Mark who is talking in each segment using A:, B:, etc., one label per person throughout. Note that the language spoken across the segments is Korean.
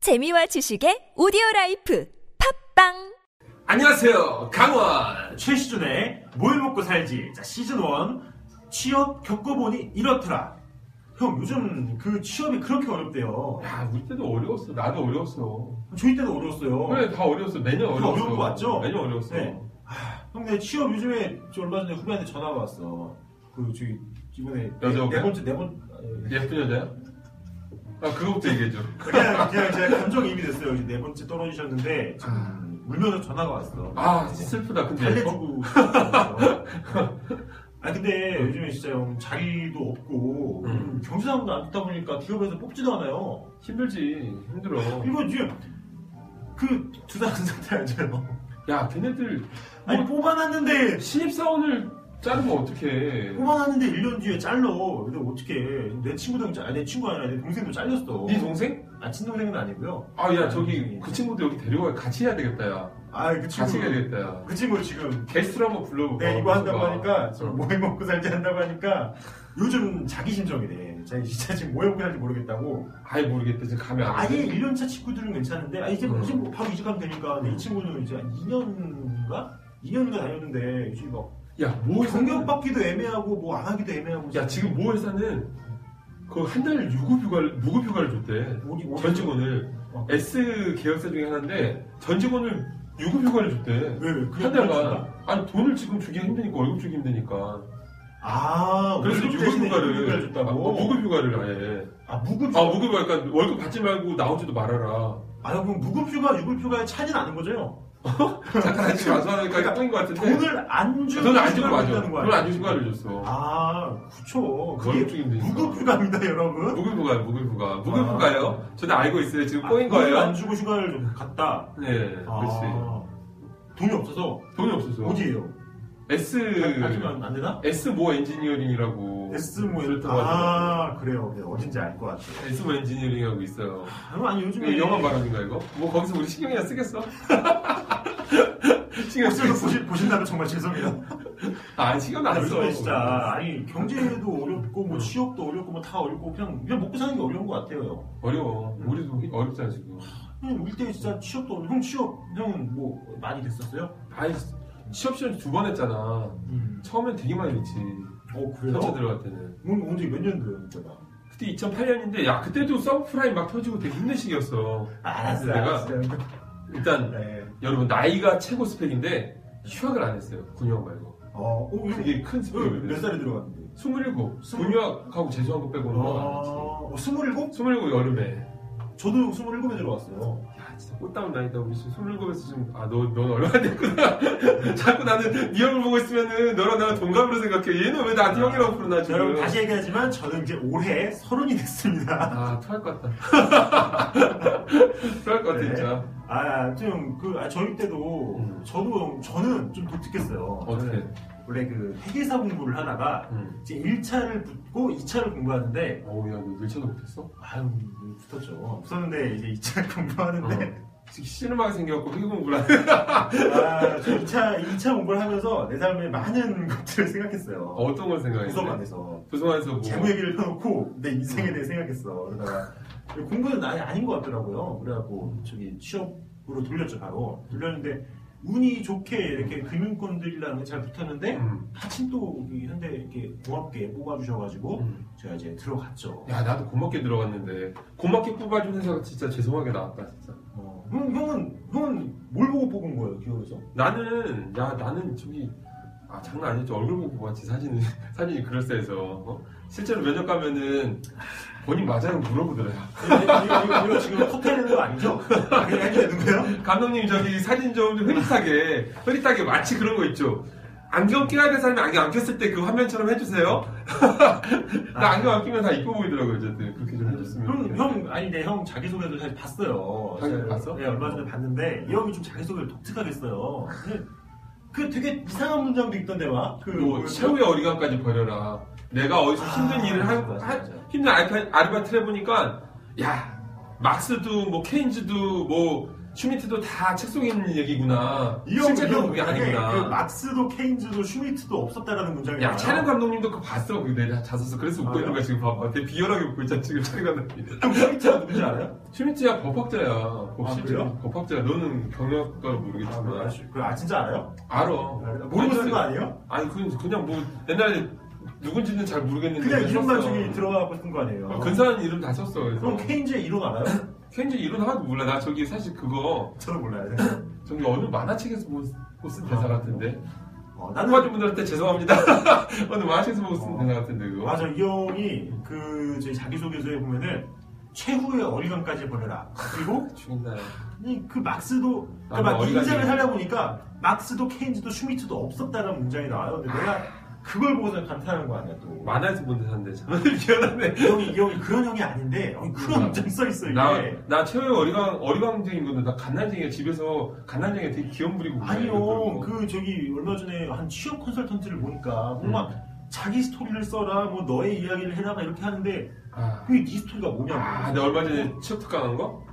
A: 재미와 지식의 오디오 라이프 팝빵!
B: 안녕하세요. 강원.
C: 최시준의 뭘 먹고 살지 자 시즌 1 취업 겪어보니 이렇더라 형 요즘 그 취업이 그렇게 어렵대요
D: 야, 아, 우리 때도 어려웠어. 나도 어려웠어.
C: 저희 때도 어려웠어요
D: 그래, 다 어려웠어. 매년
C: 그거
D: 어려웠어.
C: 어려운 거 맞죠?
D: 매년 어려웠어.
C: 네. 형 내 취업 요즘에 저 얼마 전에 후배한테 전화가 왔어 그 저기 이번에
D: 여자
C: 네,
D: 후배?
C: 네 번째 네 번.
D: 예쁜 여자야? 아, 그거부터 얘기해줘.
C: 그냥 그냥 제가 감정 이입이 됐어요 이제 네 번째 떨어지셨는데 지금 울면서 전화가 왔어
D: 아, 진짜 슬프다. 근데. 어?
C: 달래주고 싶어서. 아 근데 요즘에 진짜 형 자리도 없고
D: 음.
C: 경제 상황도 안 좋다 보니까 기업에서 뽑지도 않아요
D: 힘들지. 힘들어.
C: 이거 지금 그 두산 상태 알죠?
D: 야, 걔네들
C: 아니 뽑아놨는데
D: 신입사원을 자르면 어떡해.
C: 뽑아놨는데 1년 뒤에 잘러 근데 어떻게 내 친구도 잘- 아니 내 친구 아니라 내 동생도 잘렸어
D: 네 동생?
C: 아 친동생은 아니고요
D: 아, 야, 저기 그 친구도 여기 데리고 가. 같이 해야 되겠다, 야.
C: 아그
D: 같이 해야
C: 친구
D: 되겠다, 야.
C: 그 친구 지금
D: 게스트로 한번 불러보고.
C: 내 네, 이거 한다고 하니까
D: 어.
C: 지금 뭐 해먹고 살지 한다고 하니까 요즘 자기 심정이래 자기 진짜 지금 뭐 해먹고 살지 모르겠다고
D: 아예 모르겠다. 지금 가면 안
C: 아예
D: 돼.
C: 1년차 친구들은 괜찮은데 아 이제
D: 음.
C: 이제 뭐 바로 이직하면 되니까 근데 이 친구는 이제 2년인가? 2년인가 다녔는데 요즘 막
D: 야, 뭐
C: 공격받기도 애매하고 뭐 안 하기도 애매하고
D: 야 지금 모 회사는 그 한 달 유급 휴가를 무급 휴가를 줬대
C: 우리 우리-
D: 전 직원을
C: 어.
D: S 계열사 중에 하나인데 전 직원을 유급 휴가를 줬대
C: 왜, 왜? 그래,
D: 한
C: 그렇구나.
D: 달간 아니 돈을 지금 주기 힘드니까 월급 주기 힘드니까
C: 아
D: 그래서
C: 월급
D: 유급
C: 대신에
D: 휴가를
C: 유급을 줬다고
D: 아, 어, 무급 휴가를 아예
C: 아 무급
D: 아 무급 휴가 그러니까 월급 받지 말고 나오지도 말아라
C: 아 그럼 무급 휴가 유급 휴가의 차이는 아는 거죠?
D: 잠깐 같이 와서 하니까
C: 그러니까
D: 헷갈린 것 같은데
C: 돈을 안 주고
D: 돈을 안 주고 네.
C: 휴가를
D: 맞아
C: 준다는 거
D: 돈을
C: 아니에요?
D: 안 주고 휴가를 줬어
C: 아 그쵸 그게
D: 월급 주기 힘드니까
C: 무급 휴가입니다 여러분
D: 무급 휴가요 무급 휴가 무급
C: 아.
D: 휴가요 저는 알고 있어요 지금 꼬인
C: 아, 돈을
D: 거예요
C: 안 주고 휴가를 좀 갔다
D: 네,
C: 아,
D: 그렇지.
C: 돈이 없어서
D: 돈이 없어서. 그
C: 어디에요?
D: S
C: 하지만 안 되나?
D: S 모 엔지니어링이라고.
C: S 뭐 이럴 때
D: 그렇다고 하더라고요.
C: 아 그래요 네, 어딘지 알 것 같아요
D: S 모 엔지니어링하고 있어요.
C: 아, 아니 요즘에
D: 이거 그 영화 말하는가 이거? 뭐 거기서 우리 신경이나 쓰겠어? 신경
C: 혹시
D: 쓰겠어?
C: 보시- 보신다면 정말 죄송해요
D: 아 신경 안 써.
C: 요즘에 진짜 아니 경제도 어렵고 뭐 취업도 어렵고 뭐 다 어렵고 그냥 그냥 먹고 사는 게 어려운 것 같아요.
D: 어려워. 우리도 어렵잖아 지금.
C: 형 우리 때 진짜 취업도 어려워. 형 취업 형은 뭐 많이 됐었어요?
D: 아니 취업 시험 두 번 했잖아. 처음엔 되게 많이 했지.
C: 어 그래요?
D: 현재 들어갈 때는.
C: 뭔 언제 몇 년도예요 그때가?
D: 그때 2008년인데 야 그때도 서브프라임 막 터지고 되게 힘든 시기였어.
C: 알았어요.
D: 내가
C: 네, 알았어요.
D: 일단
C: 네.
D: 여러분 나이가 최고 스펙인데 휴학을 안 했어요. 군용 말고.
C: 어, 어 이게
D: 그게 큰
C: 몇
D: 스펙이거든요.
C: 살에 들어갔는데?
D: 27.
C: 스물-
D: 군유학하고 재수한 거 빼고는 아...
C: 어, 27?
D: 27 여름에.
C: 저도 27에 들어갔어요.
D: 야 진짜 꽃다운 나이다 우리 지금 27에서 지금 아너넌 얼마나 됐구나. 자꾸 나는 네 얼굴 보고 있으면은 너랑 나랑 동갑으로 생각해. 얘는 왜 나한테 형이라고 부르나
C: 자,
D: 지금.
C: 아. 여러분 다시 얘기하지만 저는 이제 올해 서른이 됐습니다.
D: 아 토할 것 같다. 토할 것 같아
C: 네.
D: 진짜.
C: 아, 좀, 그, 아, 저희 때도,
D: 음.
C: 저도, 저는 좀 독특했어요.
D: 어떻게?
C: 저는 원래 그, 회계사 공부를 하다가,
D: 음.
C: 이제 1차를 붙고 2차를 공부하는데,
D: 어우 야너 밀쳐도 못했어?
C: 아유, 붙었죠. 붙었는데, 이제 2차
D: 어.
C: 공부하는데,
D: 지금 씨름하게 생겨갖고 회계 공부를 하네.
C: 아, 저 2차, 2차 공부를 하면서 내 삶의 많은 것들을 생각했어요.
D: 어떤 네. 걸 생각했어?
C: 구성 안에서.
D: 부서관에서 뭐?
C: 재무 얘기를 해놓고, 내 인생에 대해 생각했어. 그러다가, 공부는 아예 아닌 것 같더라고요. 그래갖고, 저기, 취업으로 돌렸죠, 바로. 돌렸는데, 운이 좋게 이렇게 금융권들이랑 잘 붙었는데,
D: 음.
C: 하친 또 여기 현대 이렇게 고맙게 뽑아주셔가지고
D: 음.
C: 제가 이제 들어갔죠.
D: 야 나도 고맙게 들어갔는데 고맙게 뽑아준 회사가 진짜 죄송하게 나왔다 진짜
C: 어, 형, 형은 형은 뭘 보고 뽑은 거예요 기업에서?
D: 나는 야 나는 저기 아 장난 아니지 얼굴 보고 뽑았지 사진은 사진이 그럴싸해서 어? 실제로 면접 가면은 본인 맞아요 물어보더라
C: 이거, 이거, 이거, 이거 지금 커트해야 되는 거 아니죠? 아, 그냥 해야 되는 거예요?
D: 감독님 저기 사진 좀 흐릿하게 흐릿하게 마치 그런 거 있죠 안경 끼야 될 사람이 안경 안 꼈을 때 그 화면처럼 해주세요 나 안경 안 끼면 다 이뻐 보이더라고요 어쨌든 그렇게 좀 해줬으면
C: 형,
D: 좋겠네.
C: 형 아니 내 형 자기소개도 사실 봤어요.
D: 자기소개
C: 제가
D: 봤어?
C: 네 얼마 전에 봤는데 이 형이 좀 자기소개를 독특하게 했어요. 근데 그 되게 이상한 문장도 있던데 막. 그
D: 뭐
C: 뭐였죠?
D: 최후의 어리광까지 버려라. 내가 어디서
C: 아,
D: 힘든 일을 하,
C: 맞아,
D: 하-
C: 맞아.
D: 힘든 아르바, 아르바이트를 해보니까 야 막스도 뭐 케인즈도 뭐 슈미트도 다 책 속에 있는 얘기구나.
C: 이 형, 이
D: 실제로
C: 형,
D: 그게
C: 그게 그
D: 아니구나.
C: 막스도 케인즈도 슈미트도 없었다라는 문장이
D: 야,
C: 나와요.
D: 차량 감독님도 그거 봤어. 그내 자서서 그래서 웃고
C: 아,
D: 있는 거야, 지금 봐봐. 되게 비열하게 웃고 있잖아, 지금 차량 감독님.
C: 형 슈미트가 누군지 알아요?
D: 슈미트야, 법학자야. 법-
C: 아,
D: 실제로
C: 그래요?
D: 법학자야. 너는 경영학과를
C: 아, 그거
D: 모르겠지만.
C: 아시- 그거 아 진짜 알아요?
D: 알아.
C: 모르고 쓴거 아니에요?
D: 아니, 그건 그냥 뭐, 옛날에 누군지는 잘 모르겠는데.
C: 그냥
D: 그냥
C: 이름만
D: 썼어.
C: 저기 들어가고 쓴 거 아니에요?
D: 어, 근사한 이름 다 썼어.
C: 그럼
D: 그래서.
C: 케인즈의 이름 알아요?
D: 케인즈 이름 하나도 몰라. 나 저기 사실 그거,
C: 저도 몰라요.
D: 저기 어느 만화책에서 본- 본쓴 대사 같은데.
C: 어,
D: 안
C: 나는
D: 봐준 분들한테 죄송합니다. 오늘 마시에서 보고 쓴 대사 같은데 그거.
C: 맞아 이 형이 그 저희 자기소개서에 보면은 최후의 어리광까지 버려라. 그리고
D: 죽인다.
C: 이 그 막스도
D: 아,
C: 그러니까 막
D: 뭐
C: 인생을
D: 어리광이.
C: 살다 보니까 막스도 케인즈도 슈미트도 없었다는 문장이 나와요. 근데 내가 그걸 보고서 감탄하는 거 아니야 또.
D: 만화에서 본 대사인데 참 미안하네.
C: 이 형이 이 형이 그런 형이 아닌데 어, 그런 문장 써 있어 이게.
D: 그러니까. 나나 최후의 어리광 어리광쟁인 건데 나 갓난쟁이야 집에서 갓난쟁이 되게 귀염 부리고 네, 그래,
C: 아니요
D: 이것저것.
C: 그 저기 얼마 전에 한 취업 컨설턴트를 보니까
D: 네.
C: 정말 자기 스토리를 써라 뭐 너의 이야기를 해라가 이렇게 하는데
D: 아,
C: 그게 네 스토리가 뭐냐고
D: 아, 내가 얼마 전에 취업 특강한 거?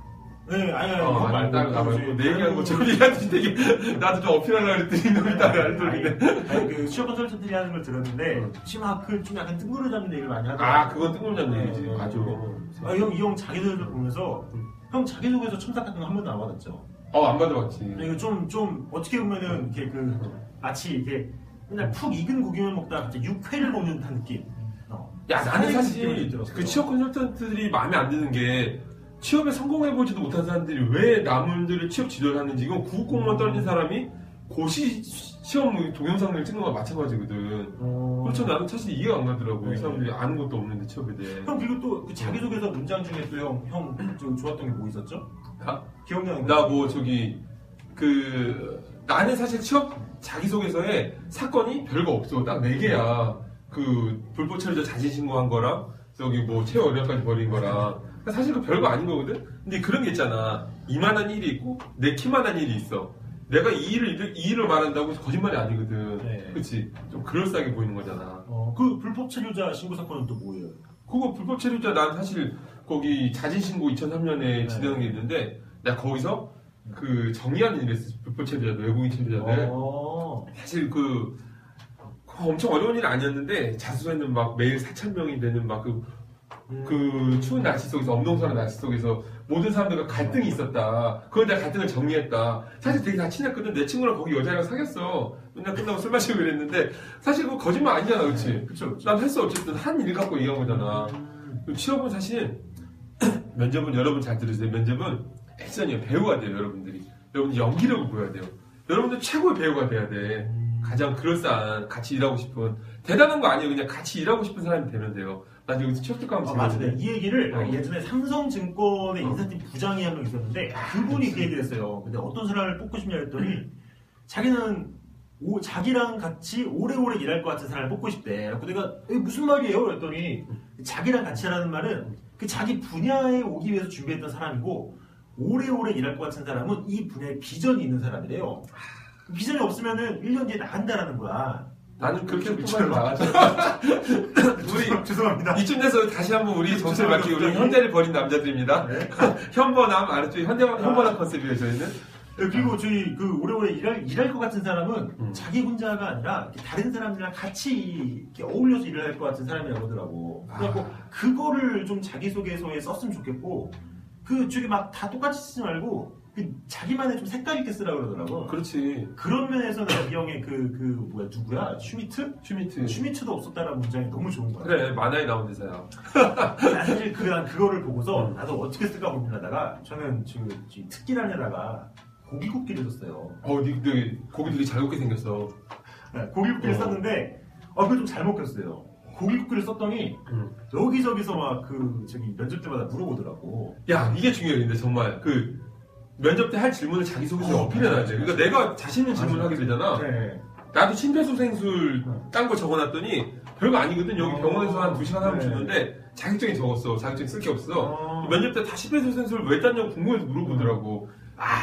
C: 네 아니 아니
D: 어,
C: 그거
D: 아니, 딸
C: 말고
D: 나말고 내 얘기한 거 저리 하더니 되게 나도 좀 어필하려고 그랬더니
C: 아,
D: 너희 딸이 알더니
C: 그 취업 컨설턴트들이 하는 걸
D: 응.
C: 들었는데 심화그좀 약간 뜬구름 잡는 얘기를 많이 하더라고요
D: 어. 아 그건 뜬금없는 얘기지 맞아
C: 네, 아, 형, 이 형 자기소개서 보면서
D: 음.
C: 형 자기소개서 첨삭 같은 거 한 번도 안 받았죠?
D: 어안 받아봤지
C: 이거 좀, 좀 어떻게 보면은 이렇게 그 마치 이렇게 맨날 푹 익은 고기만 먹다가 갑자기 육회를 먹는 듯한 느낌 어.
D: 야 나는
C: 느낌이
D: 사실
C: 들었어요.
D: 그 취업 컨설턴트들이 마음에 안 드는 게 취업에 성공해보지도 못한 사람들이 왜 남들을 취업 지도를 하는지 이건 구급공무원 떨어진 사람이 고시 시험 동영상을 찍는 거랑 마찬가지거든
C: 어.
D: 그렇죠 나는 사실 이해가 안 가더라고
C: 네.
D: 이 사람들이 아는 것도 없는데 취업에 대해
C: 형 그리고 또 그 자기소개서 문장 중에 또 형, 형, 좀 좋았던 게 뭐 있었죠?
D: 가-
C: 기억나는 거?
D: 나 뭐 저기 그 나는 사실 취업 자기소개서에 사건이 별거 없어 딱 네 개야 그 불법 체류자 자진신고한 거랑 저기 뭐 체류 어려까지 버린 거랑 그러니까 사실 그 별거 아닌 거거든 근데 그런 게 있잖아 이만한 일이 있고 내 키만한 일이 있어 내가 이 일을 이르- 이 일을 말한다고 거짓말이 아니거든
C: 네.
D: 그치 좀 그럴싸하게 보이는 거잖아
C: 어, 그 불법 체류자 신고 사건은 또 뭐예요?
D: 그거 불법 체류자 난 사실 거기 자진신고 2003년에
C: 네.
D: 진행한 게 있는데 나 거기서 그 정리하는 일을 했어 불법 체류자들 외국인 체류자들
C: 어.
D: 사실 그, 그 엄청 어려운 일 아니었는데 자수에는 막 매일 4천 명이 되는 막 그
C: 음.
D: 추운 날씨 속에서 엄동산의 날씨 속에서 모든 사람들과 갈등이 있었다. 그걸 내가 갈등을 정리했다. 사실 되게 다 친했거든. 내 친구랑 거기 여자랑 사귀었어. 맨날 끝나고 술 마시고 그랬는데 사실 그거 거짓말 아니잖아, 그렇지?
C: 그쵸, 그쵸.
D: 난 했어 어쨌든 한 일 갖고 얘기한 거잖아.
C: 음.
D: 그 취업은 사실 면접은 여러분 잘 들으세요. 면접은 액션이에요. 배우가 돼요, 여러분들이. 여러분 연기력을 보여야 돼요. 여러분들 최고의 배우가 돼야 돼. 가장 그럴싸한 같이 일하고 싶은 대단한 거 아니에요. 그냥 같이 일하고 싶은 사람이 되면 돼요. 나 여기서 취업특강
C: 아, 맞아. 내가 이 얘기를
D: 어.
C: 예전에 삼성증권의 인사팀 부장이 한 명 있었는데 어. 그분이 그 얘기를 했어요. 근데 어떤 사람을 뽑고 싶냐 했더니 자기는 오- 자기랑 같이 오래오래 일할 것 같은 사람을 뽑고 싶대. 그래서 내가 이게 무슨 말이에요? 그랬더니 자기랑 같이 하라는 말은 그 자기 분야에 오기 위해서 준비했던 사람이고 오래오래 일할 것 같은 사람은 이 분야에 비전이 있는 사람이래요. 그 비전이 없으면은 1년 뒤에 나간다라는 거야.
D: 나는 그렇게 뽑아서
C: 미쳐요.
D: 나가죠. 우리
C: 죄송합니다.
D: 이쯤 돼서 다시 한번 우리 정체를
C: 죄송합니다.
D: 맡기고 우리 현대를 버린 남자들입니다.
C: 네.
D: 현번함 알았죠? 현대 현번함 컨셉이에요 저희는.
C: 네, 그리고 저희 그 오래오래 일할, 일할 것 같은 사람은
D: 아. 음.
C: 자기 혼자가 아니라 이렇게 다른 사람들이랑 같이 이렇게 어울려서 일을 할 것 같은 사람이라고 하더라고. 그래갖고
D: 아.
C: 그거를 좀 자기소개서에 썼으면 좋겠고 그 저기 막 다 똑같이 쓰지 말고 그 자기만의 좀 색깔 있게 쓰라고 그러더라고.
D: 어, 그렇지.
C: 그런 면에서는 이 형의 그, 그 뭐야 누구야? 슈미트?
D: 슈미트.
C: 슈미트도 없었다라는 문장이 너무 좋은 거야.
D: 네. 그래 만화에 나온 대사야.
C: 나 사실 그, 난 그거를 보고서
D: 음.
C: 나도 어떻게 쓸까 고민하다가 저는 지금 이 특기란에다가 고기굽기를 썼어요.
D: 어, 니 근데 고기 되게 잘 굽게 생겼어.
C: 네, 고기국기를
D: 어.
C: 썼는데 어 그게 좀 잘 먹혔어요. 고기국기를 썼더니
D: 음.
C: 여기저기서 막 그 저기 면접 때마다 물어보더라고.
D: 야 이게 중요해 근데 정말 그 면접 때 할 질문을 자기 소개서
C: 어,
D: 어필해놔야 돼. 그러니까 내가 자신 있는
C: 맞아,
D: 질문을 하게 되잖아.
C: 네.
D: 나도 심폐소생술 딴 거 적어놨더니 별거 아니거든. 여기
C: 어.
D: 병원에서 한 두 시간 하면
C: 네.
D: 주는데 자격증이 적었어. 자격증 쓸 게 없어.
C: 어.
D: 면접 때 다 심폐소생술 왜 땄냐고 궁금해서
C: 음.
D: 물어보더라고. 아,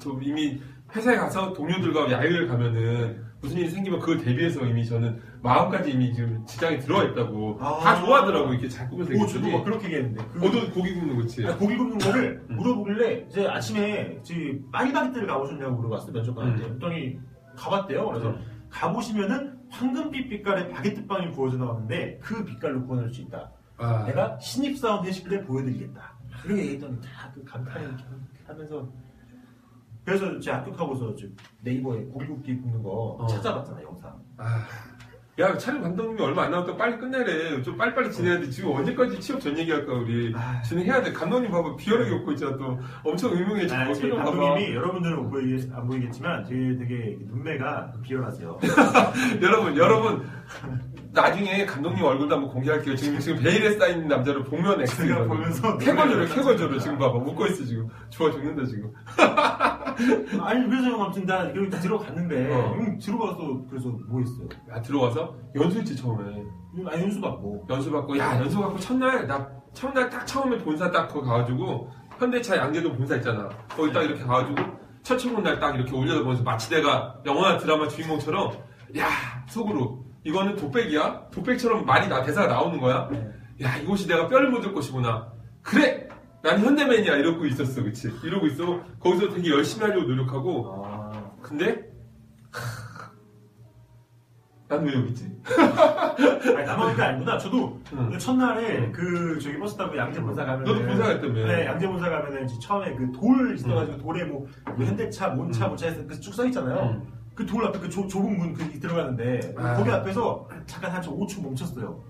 D: 저 이미 회사에 가서 동료들과 야유를 가면은 무슨 일이 생기면 그걸 대비해서 이미 저는 마음까지 이미 지금 지장에 들어와 있다고
C: 아.
D: 다 좋아하더라고 이렇게 잘 꾸며서
C: 오, 저도 막
D: 얘기했더니
C: 그렇게 얘기했는데. 그-
D: 너도 고기 굽는 거지?
C: 아, 고기 굽는 거를
D: 음.
C: 물어보길래 이제 아침에 제 파리바게뜨를 가보셨냐고 물어봤어요 면접관한테
D: 음.
C: 그랬더니 가봤대요 그래서 가보시면은 황금빛 빛깔의 바게트빵이 구워져 나왔는데 그 빛깔로 구워낼 수 있다
D: 아,
C: 내가 신입사원 회식 때 보여드리겠다 그렇게 얘기했더니 다그 감탄을 이렇게 하면서 그래서 제 합격하고서 저 네이버에 고기 굽기 굽는 거
D: 어.
C: 찾아봤잖아 영상
D: 아. 야 촬영 감독님이 얼마 안 남았다 빨리 끝내래 좀 빨리빨리 지내야 돼 지금 언제까지 취업 전 얘기할까 우리
C: 아.
D: 진행해야 돼 감독님 봐봐 비열하게 웃고 있잖아 또 엄청 의문해
C: 아,
D: 자꾸
C: 저희
D: 표정 봐봐
C: 감독님이 여러분들은 못 보이겠- 안 보이겠지만 되게, 되게 눈매가 비열하세요
D: 어. 여러분, 여러분, 나중에 감독님 얼굴도 한번 공개할게요. 지금, 지금 베일에 쌓인 남자를 복면
C: 제가
D: X라고.
C: 보면서
D: 캐거저를,
C: 놀랐어요.
D: 캐거저를 지금 봐봐. 웃고 있어, 지금. 좋아 죽는다, 지금.
C: 아니 그래서 형 아무튼 나 여기 들어갔는데
D: 어.
C: 형 들어가서 그래서 뭐 했어요?
D: 야, 아, 들어와서 연수했지, 처음에.
C: 아 연수 받고
D: 연수 받고, 야, 연수 받고 첫날, 나, 첫날 딱 처음에 본사 딱 거기 가가지고, 현대차 양재동 본사 있잖아. 거기 딱 이렇게 가가지고, 첫 출근 날 딱 이렇게 올려다보면서 마치 내가 영화나 드라마 주인공처럼, 야, 속으로. 이거는 독백이야? 독백처럼 말이 나, 대사가 나오는 거야? 야 이곳이 내가 뼈를 묻을 곳이구나 그래 난 현대맨이야 이러고 있었어 그치 이러고 있어 거기서 되게 열심히 하려고 노력하고
C: 아
D: 근데 난 왜 여기 있지
C: 아니 나만 그게 아니구나 저도
D: 응.
C: 첫날에 그 저기 버스 타고 양재 본사 가면
D: 너도 본사 갔다며.
C: 네 양재 본사 가면은 이제 처음에 그 돌 있어가지고 돌에 뭐뭐 현대차 몬차 모차 해서 그쭉 써있잖아요
D: 응.
C: 그 돌 앞에 그 조, 좁은 문 거기 들어가는데
D: 아.
C: 거기 앞에서 잠깐 한 5초 멈췄어요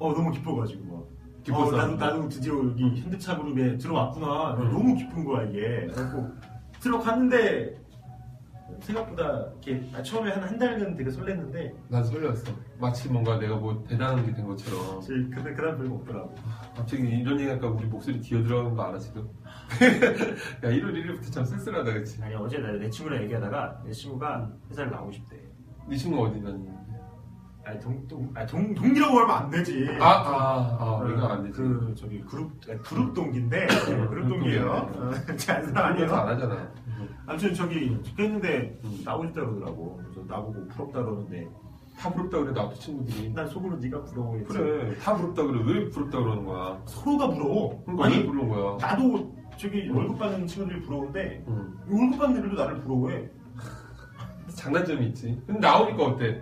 C: 어 너무 기뻐가지고 막
D: 기뻤어?
C: 어, 나도, 나도 드디어 여기 현대차 그룹에 들어왔구나.
D: 음.
C: 너무 기쁜 거야, 이게. 그래갖고 들어갔는데, 생각보다 이렇게, 아, 처음에 한 한 달은 되게 설렜는데,
D: 난 설레었어 마치 뭔가 내가 뭐 대단한 게 된 것처럼
C: 사실 근데 그다음 별거 없더라고.
D: 갑자기 이런 얘기할까 우리 목소리 기어들어가는 거 알아 지금 야 1월 1일부터 참 쓸쓸하다 그치
C: 아니, 어제 나, 내 친구랑 얘기하다가, 내 친구가 회사를 나오고 싶대.
D: 네 친구가 어디 다니는데
C: 아니, 동, 동, 아 동, 동기라고 하면 안 되지.
D: 아, 아아아 이거 안 되지
C: 아,
D: 음.
C: 그, 저기, 그룹, 아니, 그룹 동기인데, 네, 그룹 동기예요. 어, 잘사
D: 안
C: 아니에요.
D: 하잖아
C: 아무튼 저기, 했는데,
D: 음.
C: 나오고 싶다 그러더라고. 그래서 나보고 부럽다 그러는데,
D: 다 부럽다 그래 나도 친구들이
C: 난 속으로 네가 부러워했지.
D: 그래 다 부럽다 그래 왜 부럽다 그러는 거야
C: 서로가 부러워.
D: 그러니까 왜
C: 아니,
D: 부른 거야 음.
C: 나도 저기 월급 받는 친구들이 부러운데,
D: 응.
C: 월급 받는 애들도 나를 부러워해.
D: 장단점이 있지 근데 나오니까 어때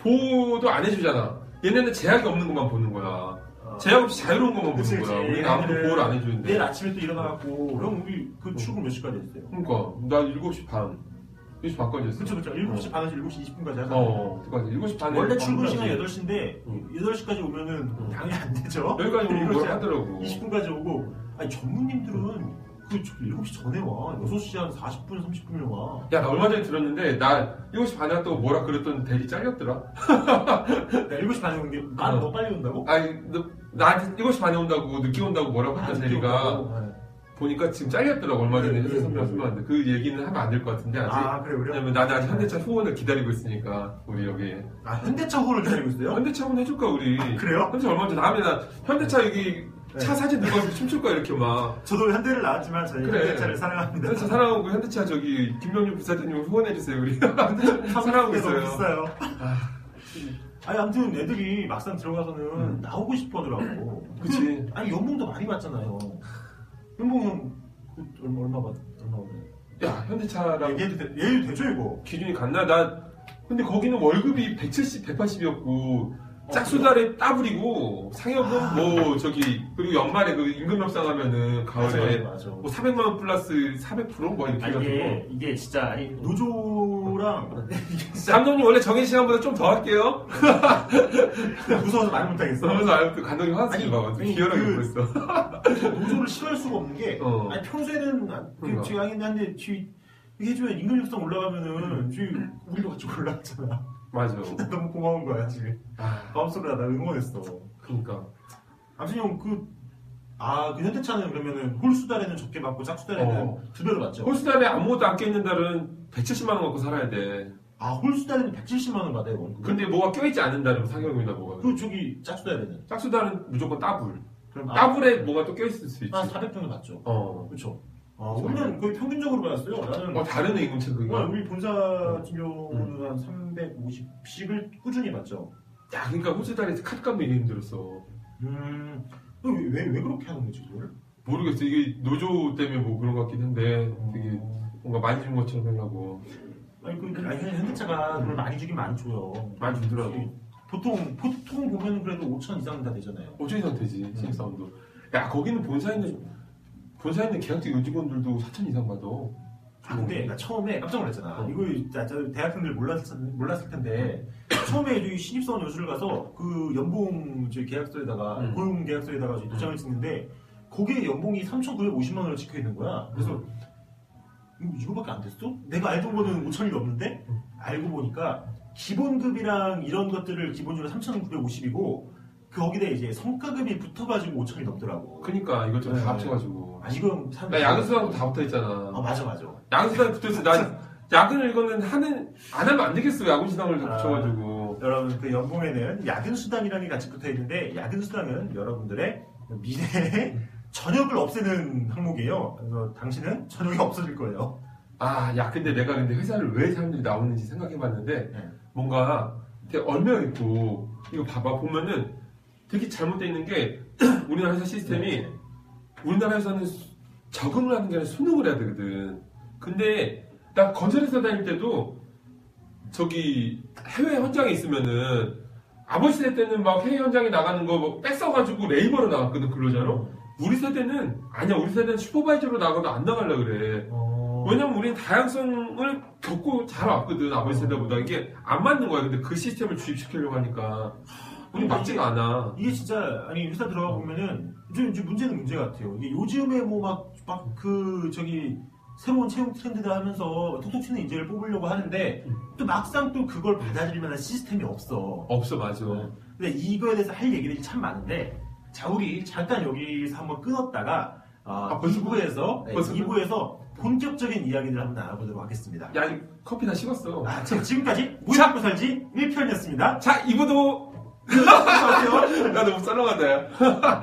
D: 보호도 안 해주잖아 얘네는 제약이 없는 것만 보는 거야 제약 없이 자유로운 것만 보는 거야 우리는 아무도
C: 얘네들은
D: 보호를 안
C: 어. 내일
D: 해주는데 음.
C: 아침에 또 일어나갖고, 형, 우리 그 출근 몇 시까지 했어요?
D: 그러니까 나 7시 반 7시 반까지 했어
C: 그렇죠, 그쵸, 그쵸. 7시 반에서 7시 20분까지 하잖아.
D: 어 똑같이 7시 반에
C: 원래 출근
D: 반까지.
C: 시간 8시인데,
D: 응.
C: 8시까지 오면은
D: 응.
C: 당연히 안 되죠.
D: 여기까지 오면 뭘
C: 7시
D: 하더라고
C: 20분까지 오고, 아니, 전무님들은 그 저기 7시 전에 와. 6시 한 40분, 30분에 와.
D: 야 나 얼마 전에 들었는데 나 7시 반에 왔다고 뭐라 그랬던 대리 잘렸더라
C: 나 그러니까 7시 반에 온 게,
D: 어.
C: 나는 너 빨리 온다고?
D: 아니 너, 나한테 7시 반에 온다고 늦게 온다고 뭐라고
C: 아,
D: 했던 대리가 보니까 지금 잘렸더라고 얼마 전에
C: 네,
D: 회사
C: 네,
D: 선배랑
C: 네.
D: 술마는데 그 얘기는 하면 안 될 것 같은데 아직
C: 아, 그래요? 그래요?
D: 왜냐면 나는 아직 현대차 후원을 기다리고 있으니까 우리 여기
C: 아, 현대차 호를 기다리고 있어요?
D: 현대차 후원 해줄까 우리
C: 그래요?
D: 현대차 얼마 전에 다음에 나 현대차 여기 차
C: 네.
D: 사진 들고 와서 춤출 거야 이렇게 막
C: 저도 현대를 나왔지만 저희
D: 그래.
C: 현대차를 사랑합니다.
D: 현대차 사랑하고 현대차 저기 김명준 부사장님 후원해주세요 우리 사랑하고
C: 너무
D: 있어요 아.
C: 비싸요. 아니 아무튼 애들이 막상 들어가서는
D: 음.
C: 나오고 싶어하더라고.
D: 그치.
C: 아니 연봉도 많이 받잖아요. 연봉은 그 얼마 얼마 받 얼마 받나요?
D: 야 현대차랑
C: 얘도 되, 얘도 되죠 이거.
D: 기준이 같나? 나 근데 거기는 월급이 170, 180이었고 짝수달에 따블이고 상여금
C: 어, 아.
D: 뭐 저기 그리고 연말에 그 임금 협상하면은 가을에
C: 네, 맞아.
D: 뭐 400만 원 플러스 400%뭐 이렇게 어.
C: 아니, 예.
D: 해가지고
C: 이게 이게 진짜 아니, 노조랑 이게 진짜
D: 감독님 원래 정해 시간보다 좀 더 할게요.
C: 음. 무서워서 말 못하겠어.
D: 그러면서 아무튼 감독님 화났지
C: 아니,
D: 봐. 완전
C: 아니,
D: 기열하게
C: 그-
D: 보고 있어.
C: 노조를 싫어할 수가 없는 게
D: 어.
C: 아니, 평소에는
D: 그러니까.
C: 지금 하긴 한데 지 해주면 임금 협상
D: 음.
C: 올라가면은 지 우리도 같이 올라갔잖아.
D: 맞아.
C: 너무 고마운 거야 지금.
D: 아,
C: 마음속으로 나 응원했어.
D: 그러니까
C: 암튼 형 그, 아, 그 현대차는 그러면은 홀수달에는 적게 받고 짝수달에는
D: 어.
C: 두 배로 받죠?
D: 홀수달에 아무것도 안 껴있는 달은 170만 원 갖고 살아야 돼.
C: 아, 홀수달에는 170만원 받아요, 원금.
D: 근데 뭐가 껴있지 않은 달은 상여금이나 뭐가.
C: 그 저기 짝수달에는?
D: 짝수달은 무조건 따블.
C: 그럼 아,
D: 따블에 뭐가 또 껴있을 수 있지.
C: 한400 정도 받죠?
D: 어.
C: 그쵸. 아, 우리는 거의 평균적으로 받았어요. 나는
D: 어, 다르네, 임금
C: 정말
D: 체크가.
C: 우리 본사 같은 경우는 한 350씩을 꾸준히 받죠.
D: 야, 그러니까 호주 다리에서 카드 값도 이게 힘들었어.
C: 음, 그럼 왜, 왜 그렇게 하는 거지, 그걸?
D: 모르겠어. 이게 노조 때문에 뭐 그런 것 같긴 한데, 되게 뭔가 많이 준 것처럼 하려고.
C: 아니, 그, 아니, 사실 현대차가 돈을 많이 주긴 많이 줘요.
D: 많이 주더라도.
C: 보통, 보통 보면 그래도 5천 이상 다 되잖아요.
D: 어쩐
C: 음.
D: 상태지, 신입사원도. 야, 거기는 본사에 있는, 본사에 있는 계약직 요직원들도 4천 이상 받아.
C: 아, 근데 나 처음에 깜짝 놀랐잖아.
D: 어.
C: 이거 나, 저 대학생들 몰랐을, 몰랐을 텐데 처음에 저기 신입사원 연수를 가서 그 연봉 저 계약서에다가
D: 음.
C: 고용 계약서에다가 저기 도장을 찍는데 거기에 연봉이 3,950만 원으로 찍혀 있는 거야. 그래서 이거- 이거밖에 안 됐어? 내가 알던 거는 5천이 넘는데
D: 음.
C: 알고 보니까 기본급이랑 이런 것들을 기본적으로 3,950이고 거기다 이제 성과급이 붙어가지고 5천이 넘더라고.
D: 그니까, 그러니까 이것 좀
C: 네.
D: 다 합쳐가지고.
C: 아 이건 사-
D: 나 야근수당도 다
C: 아
D: 붙어있잖아.
C: 맞아 맞아.
D: 야근수당 붙어있어. 난 야근을 이거는 하는, 안 하면 안 되겠어, 야근수당을 다
C: 아.
D: 붙여가지고.
C: 여러분 그 연봉에는 야근 수당이라는 게 같이 붙어 있는데 야근 수당은 여러분들의 미래에 저녁을 없애는 항목이에요. 그래서 당신은 저녁이 없어질 거예요.
D: 아, 야, 근데 내가 근데 회사를 왜 사람들이 나오는지 생각해봤는데,
C: 네.
D: 뭔가 되게 얼명있고, 이거 봐봐, 보면은 되게 잘못되어 있는 게, 우리나라 회사 시스템이, 우리나라에서는 적응을 하는 게 아니라 수능을 해야 되거든. 근데, 나 건설회사 다닐 때도, 저기, 해외 현장에 있으면은, 아버지 세대 때는 막 해외 현장에 나가는 거뭐 뺏어가지고 레이버로 나갔거든, 근로자로. 우리 세대는, 아니야, 우리 세대는 슈퍼바이저로 나가도 안 나가려 그래. 왜냐면 우리는 다양성을 겪고 자라왔거든 아버지 세대보다 이게 안 맞는 거야 근데 그 시스템을 주입시키려고 하니까 우리 맞지가 않아
C: 이게 진짜 아니 회사 들어가 보면은 요즘 이제 문제는 문제 같아요. 이게 요즘에 뭐 막 막 그 저기 새로운 채용 트렌드다 하면서 톡톡 치는 인재를 뽑으려고 하는데 또 막상 또 그걸 받아들일 만한 시스템이 없어.
D: 없어 맞아
C: 근데 이거에 대해서 할 얘기들이 참 많은데 자 우리 잠깐 여기서 한번 끊었다가 어,
D: 아, 벌써
C: 2부에서 네,
D: 벌써
C: 2부에서 본격적인 이야기를 한번 나눠보도록 하겠습니다.
D: 야이 커피 다 식었어
C: 아, 자, 지금까지 무작고 살지 1편이었습니다.
D: 자 이거도
C: 안녕하세요.
D: 나 너무 썰렁하다